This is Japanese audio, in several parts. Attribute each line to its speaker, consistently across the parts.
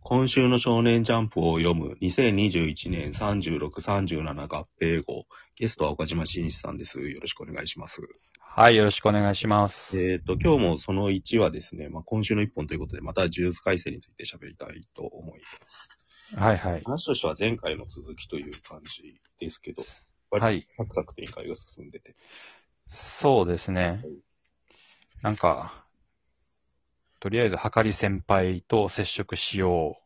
Speaker 1: 今週の少年ジャンプを読む2021年36、37合併号。ゲストは岡島真一さんです。よろしくお願いします。
Speaker 2: はい、よろしくお願いします。
Speaker 1: えっ、と、今日もその1はですね、まあ、今週の1本ということで、また呪術改正について喋りたいと思います。
Speaker 2: はいはい。
Speaker 1: 話としては前回の続きという感じですけど、
Speaker 2: は
Speaker 1: 割
Speaker 2: い
Speaker 1: とサクサク展開が進んでて。
Speaker 2: そうですね。なんか、とりあえず、はかり先輩と接触しよ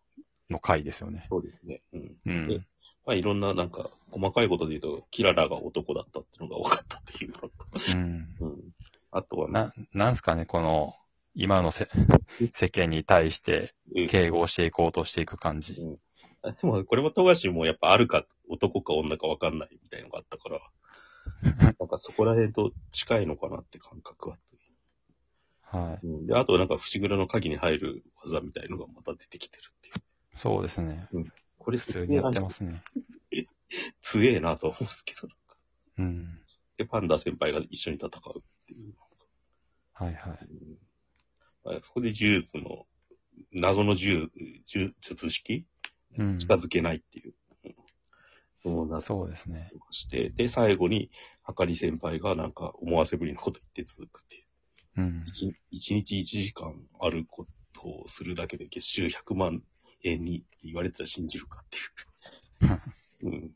Speaker 2: うの回ですよね。
Speaker 1: そうですね。うん。
Speaker 2: うん。
Speaker 1: まあ、いろんななんか、細かいことで言うと、キララが男だったっていうのが分かったっていうのと。
Speaker 2: うん。
Speaker 1: うん。あとは、
Speaker 2: な、なんすかね、この、今の せ世間に対して
Speaker 1: うん
Speaker 2: 敬語をしていこうとしていく感じ。
Speaker 1: あでも、これも富樫もやっぱあるか、男か女か分かんないみたいのがあったから、 なんかそこら辺と近いのかなって感覚はあっ
Speaker 2: は
Speaker 1: た。うん、で、あとなんか伏黒の鍵に入る技みたいのがまた出てきてるっていう。
Speaker 2: い。そうですね。
Speaker 1: これ
Speaker 2: 普通にやってますね。
Speaker 1: 強えなと思うんですけど、なんか。
Speaker 2: うん。
Speaker 1: で、パンダ先輩が一緒に戦うっていう。
Speaker 2: はいはい。
Speaker 1: うんあそこで呪術の、謎の呪呪術式
Speaker 2: うん
Speaker 1: 近づけないっていう。うん、もう謎
Speaker 2: そうですね。
Speaker 1: をして、で、最後に、はかり先輩がなんか思わせぶりなこと言って続くっていう。
Speaker 2: うん。
Speaker 1: 一一日1時間あることをするだけで月収100万円にって言われてたら信じるかって いう。うん。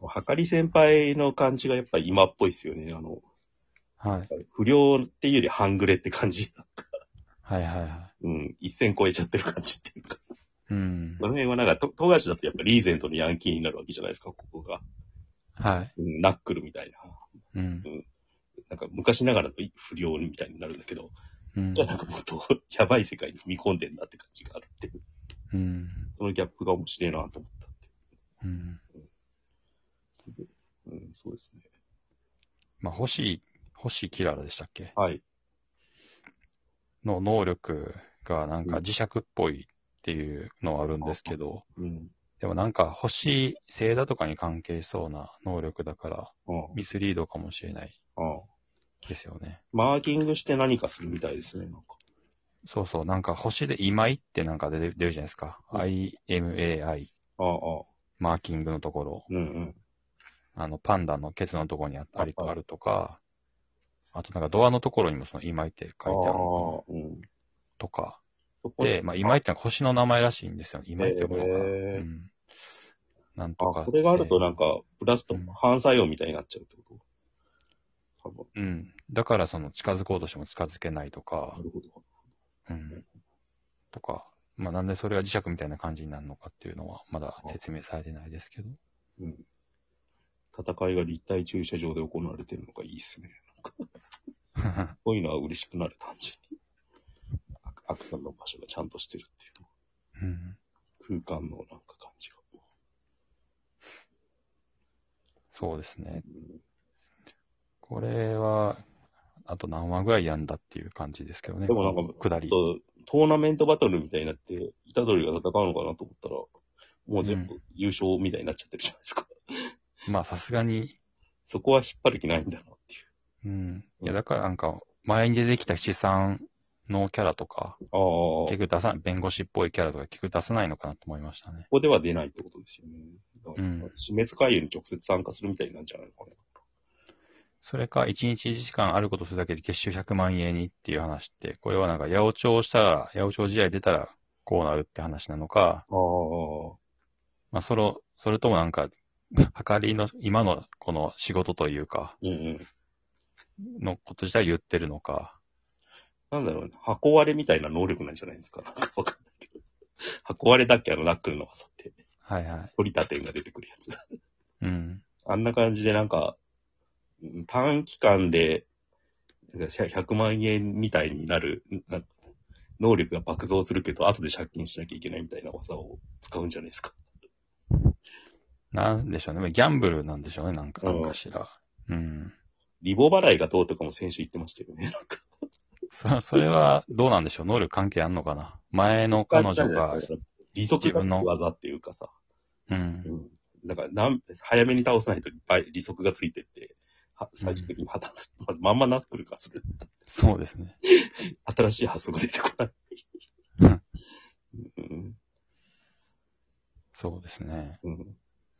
Speaker 1: はかり先輩の感じがやっぱり今っぽいですよね。あの、
Speaker 2: はい。
Speaker 1: 不良っていうより半グレって感じ。
Speaker 2: はいはいは
Speaker 1: うん。一線超えちゃってる感じっていうか。
Speaker 2: い。うん
Speaker 1: こ。の辺はなんか、と、富樫だとやっぱリーゼントのヤンキーになるわけじゃないですか、ここが。
Speaker 2: はい。
Speaker 1: うん、ナックルみたいな。
Speaker 2: うん。
Speaker 1: なんか昔ながらの不良みたいになるんだけど、
Speaker 2: うん
Speaker 1: じゃあなんかもっと やばい世界に踏み込んでんだって感じがあるっていう。
Speaker 2: うん。
Speaker 1: そのギャップが面白いなと思ったって
Speaker 2: うん。
Speaker 1: いう。うん、そうですね。
Speaker 2: まあ、星、星キララでしたっけ
Speaker 1: はい。
Speaker 2: の能力がなんか磁石っぽいっていうのはあるんですけど、
Speaker 1: うん。
Speaker 2: でもなんか星、星座とかに関係しそうな能力だから、
Speaker 1: あ
Speaker 2: ミスリードかもしれない
Speaker 1: あ。ああ。
Speaker 2: ですよね。
Speaker 1: マーキングして何かするみたいですね、なんか。
Speaker 2: そうそう、なんか星で今井ってなんか出て出るじゃないですか。
Speaker 1: うん
Speaker 2: IMAI、
Speaker 1: ああ、ああ。
Speaker 2: マーキングのところ、
Speaker 1: うんうん。
Speaker 2: あのパンダのケツのところにああり
Speaker 1: あはい
Speaker 2: あるとか、あとなんかドアのところにもその今井って書いてあるのか
Speaker 1: あ
Speaker 2: な
Speaker 1: あ、うん。
Speaker 2: とか、
Speaker 1: そこ
Speaker 2: で、まあ、今井ってのは星の名前らしいんですよね。今井って呼ぶのかな。
Speaker 1: へー
Speaker 2: うん。なんとか。
Speaker 1: あ、これがあるとなんか、プラスと
Speaker 2: うん
Speaker 1: 反作用みたいになっちゃうってこと多分。
Speaker 2: うん。だから、その、近づこうとしても近づけないとか
Speaker 1: な、るほど。
Speaker 2: うん。とか、まあ、なんでそれが磁石みたいな感じになるのかっていうのは、まだ説明されてないで すけど。
Speaker 1: うん。戦いが立体駐車場で行われてるのがいいっすね。こういうのは嬉しくなる、単純に。あ悪さの場所がちゃんとしてるっていう。
Speaker 2: うん。
Speaker 1: 空間のなんか感じが。
Speaker 2: そうですね。
Speaker 1: うん
Speaker 2: これは、あと何話ぐらいやんだっていう感じですけどね。
Speaker 1: でもなんか、
Speaker 2: 下
Speaker 1: ち
Speaker 2: り。
Speaker 1: ょっとトーナメントバトルみたいになって、イタドリが戦うのかなと思ったら、もう全部優勝みたいになっちゃってるじゃないですか。
Speaker 2: まあ、さすがに、
Speaker 1: そこは引っ張る気ないんだなってい
Speaker 2: うん。いや、だからなんか、前に出てきた資産のキャラとか、
Speaker 1: う。ああ、
Speaker 2: 結局出さない、弁護士っぽいキャラとか結局出さないのかなと思いましたね。
Speaker 1: ここでは出ないってことですよね。だから
Speaker 2: うん
Speaker 1: 死滅回遊に直接参加するみたいになるんじゃないのかな。
Speaker 2: それか、1日1時間あることするだけで月収100万円にっていう話って、これはなんか、八百長したら、八百長試合出たら、こうなるって話なのか、
Speaker 1: ああ、
Speaker 2: まあ、それ、それともなんか、はかりの、今のこの仕事というか、
Speaker 1: うんうん。
Speaker 2: のこと自体言ってるのか、
Speaker 1: なんだろうね、箱割れみたいな能力なんじゃないですか。なんかわかんないけど。箱割れだっけあのナックルの技って。
Speaker 2: はいはい。
Speaker 1: 取りた点が出てくるやつ。
Speaker 2: うん。
Speaker 1: あんな感じでなんか、うん短期間で、なんかひゃ100万円みたいになる、なんか能力が爆増するけど、後で借金しなきゃいけないみたいな技を使うんじゃないですか。
Speaker 2: なんでしょうね。ギャンブルなんでしょうね、なんか、
Speaker 1: う
Speaker 2: なんんかしら。うん。
Speaker 1: リボ払いがどうとかも先週言ってましたよね。なんか。
Speaker 2: そ、それはどうなんでしょう能力関係あんのかな前の彼女が、、
Speaker 1: 利息がつく技っていうかさ、
Speaker 2: うん
Speaker 1: う。ん。だからなん、早めに倒さないといっぱい利息がついてって、は最終的に破綻する。まんまナックルかする。
Speaker 2: そうですね。
Speaker 1: 新しい発想が出てこない。
Speaker 2: うん
Speaker 1: うん
Speaker 2: そうですね。
Speaker 1: うん。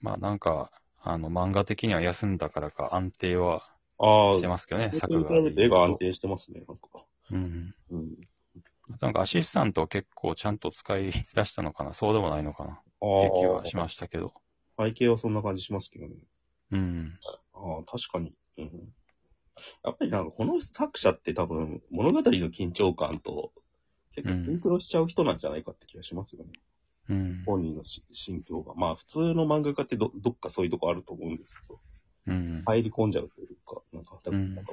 Speaker 2: まあなんか、あの、漫画的には休んだからか安定は
Speaker 1: ああ、
Speaker 2: してますけどね、
Speaker 1: それ
Speaker 2: 作
Speaker 1: に比
Speaker 2: 画
Speaker 1: べて絵が安定してますね、なんか。
Speaker 2: うん。
Speaker 1: うん。
Speaker 2: あとなんかアシスタントを結構ちゃんと使い出したのかな、そうでもないのかな、っていう気
Speaker 1: あ
Speaker 2: は
Speaker 1: あ、
Speaker 2: しましたけど。
Speaker 1: 背景はそんな感じしますけどね。
Speaker 2: うん。
Speaker 1: ああ、確かに。うん。やっぱりなんかこの作者って多分物語の緊張感と結構シンクロしちゃう人なんじゃないかって気がしますよね。
Speaker 2: うん。
Speaker 1: 本人のし心境が。まあ普通の漫画家ってどどっかそういうとこあると思うんですけど、
Speaker 2: うん。
Speaker 1: 入り込んじゃうというか、なんか、
Speaker 2: うん
Speaker 1: なんか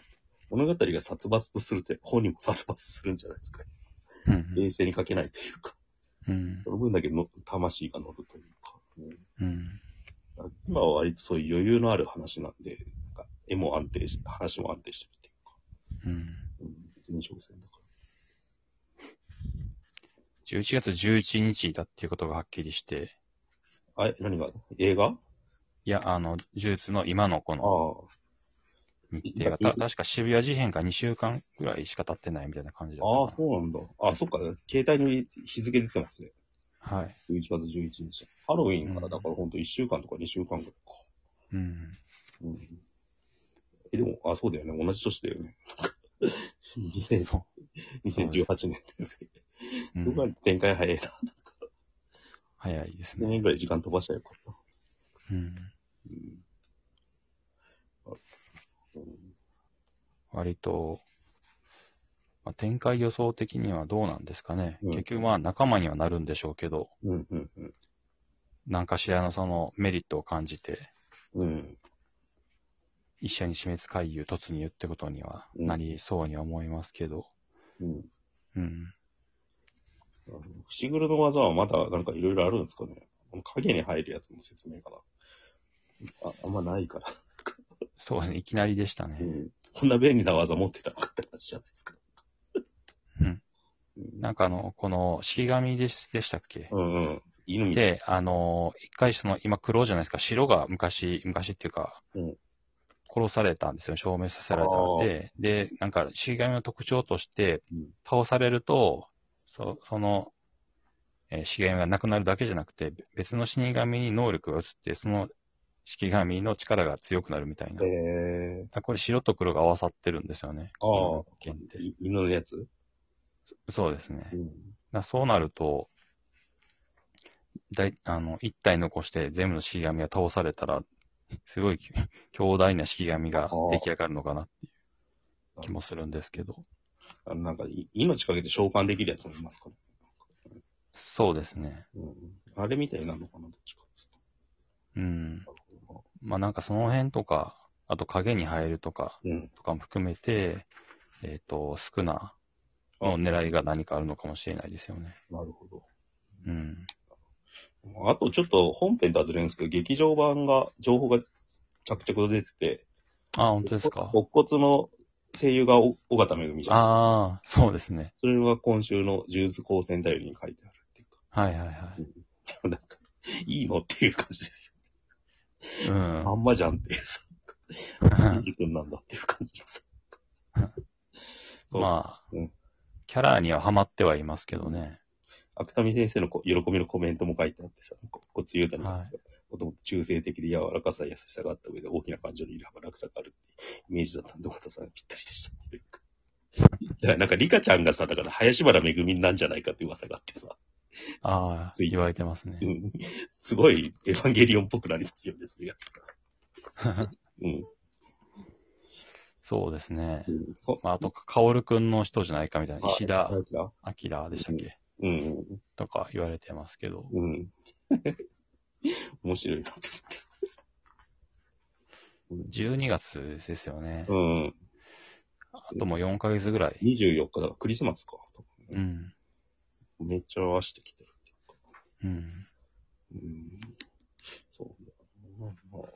Speaker 1: 物語が殺伐とするって本人も殺伐するんじゃないですか。
Speaker 2: うん
Speaker 1: 冷静に書けないというか、
Speaker 2: うん
Speaker 1: そ。の分だけの魂が乗るというか。うん
Speaker 2: うん。
Speaker 1: 今は割とそういう余裕のある話なんで、なんか絵も安定して、話も安定してるっていうか、
Speaker 2: うん。
Speaker 1: うん、別に挑戦だか
Speaker 2: 11月11日だっていうことがはっきりして、
Speaker 1: ら。あれ何が映画あ
Speaker 2: いや、あの、呪術の今のこ
Speaker 1: あ
Speaker 2: の、日程が、
Speaker 1: いや
Speaker 2: た確か渋谷事変が2週間ぐらいしか経ってないみたいな感じだ
Speaker 1: ああ、
Speaker 2: ったか
Speaker 1: そうなんだ。あ、そっか、携帯に日付出てますね。
Speaker 2: な。はい。
Speaker 1: 11月11日。ハロウィンからだからほんと1週間とか2週間ぐらいか。
Speaker 2: うん。
Speaker 1: うん。え、でも、あ、そうだよね。同じ年だよね。2000
Speaker 2: そ
Speaker 1: 2018年だよね。
Speaker 2: う。う
Speaker 1: 僕は
Speaker 2: ん、
Speaker 1: 展開早いな。
Speaker 2: 早いです
Speaker 1: 1
Speaker 2: ね。
Speaker 1: 年ぐらい時間飛ばしちゃえばよかった。
Speaker 2: うん。
Speaker 1: うんあうん
Speaker 2: 割と、まあ、展開予想的にはどうなんですかね。
Speaker 1: うん
Speaker 2: 結局まあ仲間にはなるんでしょうけど、
Speaker 1: うんうんうん。
Speaker 2: 何かしらのそのメリットを感じて、
Speaker 1: うん。
Speaker 2: 一緒に死滅回遊突入ってことにはなりそうには思いますけど、
Speaker 1: うん。
Speaker 2: うん。
Speaker 1: あの伏黒の技はまだなんかいろいろあるんですかね。この影に入るやつの説明かな。ああんまないから。
Speaker 2: そうですね、いきなりでしたね。
Speaker 1: うん。こんな便利な技持ってたのかって話じゃないですか。
Speaker 2: うん。
Speaker 1: うん
Speaker 2: なんかあの、この、式紙でしでしたっけ、
Speaker 1: うんうん。犬みたい。
Speaker 2: で、あのー、一回その、今黒じゃないですか、白が昔、昔っていうか、
Speaker 1: うん
Speaker 2: 殺されたんですよ、証明させられ
Speaker 1: あ
Speaker 2: た
Speaker 1: ー
Speaker 2: で、で、なんか、式紙の特徴として
Speaker 1: うん、
Speaker 2: 倒されると、そその、えー、式紙がなくなるだけじゃなくて、別の死神に能力が移って、その式神の力が強くなるみたいな。だか
Speaker 1: えー、
Speaker 2: らこれ白と黒が合わさってるんですよね。
Speaker 1: ああ
Speaker 2: この物件って
Speaker 1: い犬のやつ
Speaker 2: そうですね。
Speaker 1: うん。
Speaker 2: だそうなると、だいあの一体残して全部の式神が倒されたら、 すごい強大な式神が出来上がるのかなっていう気もするんですけど。
Speaker 1: あのなんかい、命かけて召喚できるやつもいますから、
Speaker 2: そうですね。
Speaker 1: うん。あれみたいなのかな、どっちかっつう
Speaker 2: うん。
Speaker 1: と
Speaker 2: まあなんかその辺とか、あと影に入るとか、
Speaker 1: うん。
Speaker 2: とかも含めて、えっ、と、スクナの狙いが何かあるのかもしれないですよね。
Speaker 1: なるほど。
Speaker 2: うん。
Speaker 1: あとちょっと本編とはずれるんですけど、劇場版が、情報が着々と出てて、
Speaker 2: あ、本当ですか。
Speaker 1: お骨骨の声優がお尾形めぐみじゃん。
Speaker 2: ああ、そうですね。
Speaker 1: それが今週のジュース高専頼りに書いてあるってい
Speaker 2: はいはいは
Speaker 1: うか、なんか、いいのっていう感じです
Speaker 2: い。う
Speaker 1: よ。あ
Speaker 2: ん。
Speaker 1: んまじゃんっていうさ、いい君なんだっていう感じです。
Speaker 2: まあ、
Speaker 1: うん
Speaker 2: キャラにはハマってはいますけどね。
Speaker 1: 芥見先生のこ喜びのコメントも書いてあってさ、こ骨優太に、
Speaker 2: は
Speaker 1: もともと中性的で柔らかさ、優しさがあった上で大きな感情にいる幅楽さがあるってイメージだったんで、太田さんがぴったりでしたっていうか。 だからなんか、リカちゃんがさ、だから、林原めぐみなんじゃないかって噂があってさ、
Speaker 2: ああ、
Speaker 1: つい
Speaker 2: 言われてます
Speaker 1: う
Speaker 2: ね。
Speaker 1: んすごいエヴァンゲリオンっぽくなりますよね、それが。うん。
Speaker 2: そうですね。
Speaker 1: そ
Speaker 2: まあ、あと、カオルくんの人じゃないかみたいな、石田
Speaker 1: あ石田
Speaker 2: 明でしたっけ
Speaker 1: うん。
Speaker 2: とか言われてますけど。
Speaker 1: うん。 面白いなって思って。
Speaker 2: 12月ですよね
Speaker 1: う。ん。うん。
Speaker 2: あともう4ヶ月ぐらい。
Speaker 1: 24日だからクリスマスか。
Speaker 2: うん。
Speaker 1: めっちゃ合わせてきてるっていうか。
Speaker 2: うん。
Speaker 1: うん。そうだな。まあ、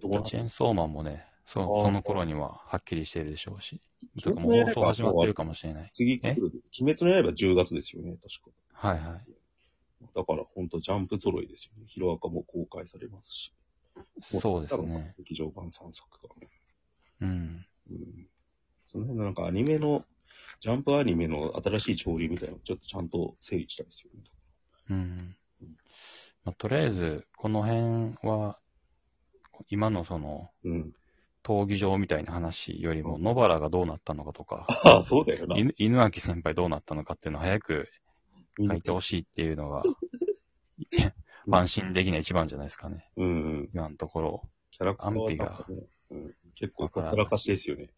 Speaker 1: どう
Speaker 2: じ
Speaker 1: な
Speaker 2: ゃあ
Speaker 1: ん
Speaker 2: チェーンソーマンもね、そ
Speaker 1: ああ
Speaker 2: その頃にははっきりしているでしょうし。
Speaker 1: 鬼
Speaker 2: とか
Speaker 1: 滅
Speaker 2: もう
Speaker 1: の
Speaker 2: 放
Speaker 1: 刃
Speaker 2: 送始まってるかもしれない。
Speaker 1: 次来る。鬼滅の刃10月ですよね、確
Speaker 2: はいはい。
Speaker 1: か。だから本当ジャンプ揃いですよね。ヒロアカも公開されますし。
Speaker 2: そうですね。
Speaker 1: 劇場版3作がね。
Speaker 2: うん。
Speaker 1: うん。その辺のなんかアニメの、ジャンプアニメの新しい潮流みたいなのをちょっとちゃんと整理したいですよね。
Speaker 2: うん。まあ、とりあえず、この辺は、今のその、
Speaker 1: うん。
Speaker 2: 闘技場みたいな話よりも、野原がどうなったのかとか、
Speaker 1: ああ、 そうだよな。
Speaker 2: 犬犬脇先輩どうなったのかっていうのを早く
Speaker 1: みん
Speaker 2: 書
Speaker 1: ない
Speaker 2: てほしいっていうの が、安心できない一番じゃないですかね。
Speaker 1: うんうん。
Speaker 2: 今のところ。
Speaker 1: キャラクターは
Speaker 2: 安否が
Speaker 1: なんかねうん、結構ほったらかしですよね。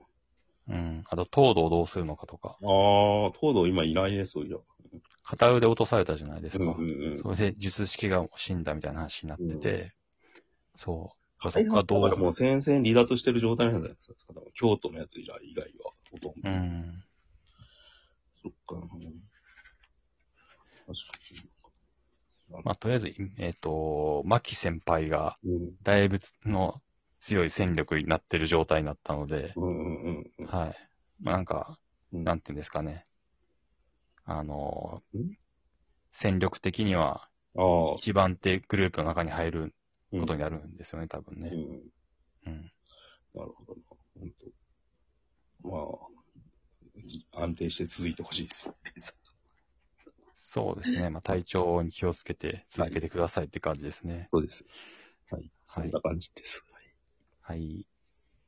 Speaker 2: うん。あと、東堂どうするのかとか、
Speaker 1: ああ、東堂今いないね、そういや。
Speaker 2: 片腕落とされたじゃないです
Speaker 1: うん
Speaker 2: か。
Speaker 1: うんうん。
Speaker 2: それで術式が死んだみたいな話になってて、そう。そ
Speaker 1: 開
Speaker 2: っか
Speaker 1: 発
Speaker 2: ど
Speaker 1: だから
Speaker 2: う、
Speaker 1: もう戦線離脱してる状態なんじゃないですか。多分京都のやつ以来以外は、ほとん
Speaker 2: う
Speaker 1: ど。
Speaker 2: ん。
Speaker 1: そっか。うん確か
Speaker 2: まあ、とりあえず、えっ、と、牧先輩が、
Speaker 1: に。うん
Speaker 2: だいぶの強い戦力になってる状態になったので、
Speaker 1: うんうんうんうん。
Speaker 2: はい。まあなんか、
Speaker 1: うん
Speaker 2: なんていうんですかね。あのー
Speaker 1: ん、
Speaker 2: 戦力的には
Speaker 1: ああ、
Speaker 2: 一番手グループの中に入る
Speaker 1: うん
Speaker 2: ことになるんですよね、多分
Speaker 1: う
Speaker 2: ね。
Speaker 1: ん。
Speaker 2: うん。
Speaker 1: なるほどな。本当。まあ、安定して続いてほしいです。
Speaker 2: そうですね。まあ、体調に気をつけて続けてくださいって感じですね。
Speaker 1: そうです。はい。
Speaker 2: そ
Speaker 1: そ
Speaker 2: ん
Speaker 1: ん
Speaker 2: な
Speaker 1: な感じです。
Speaker 2: はい。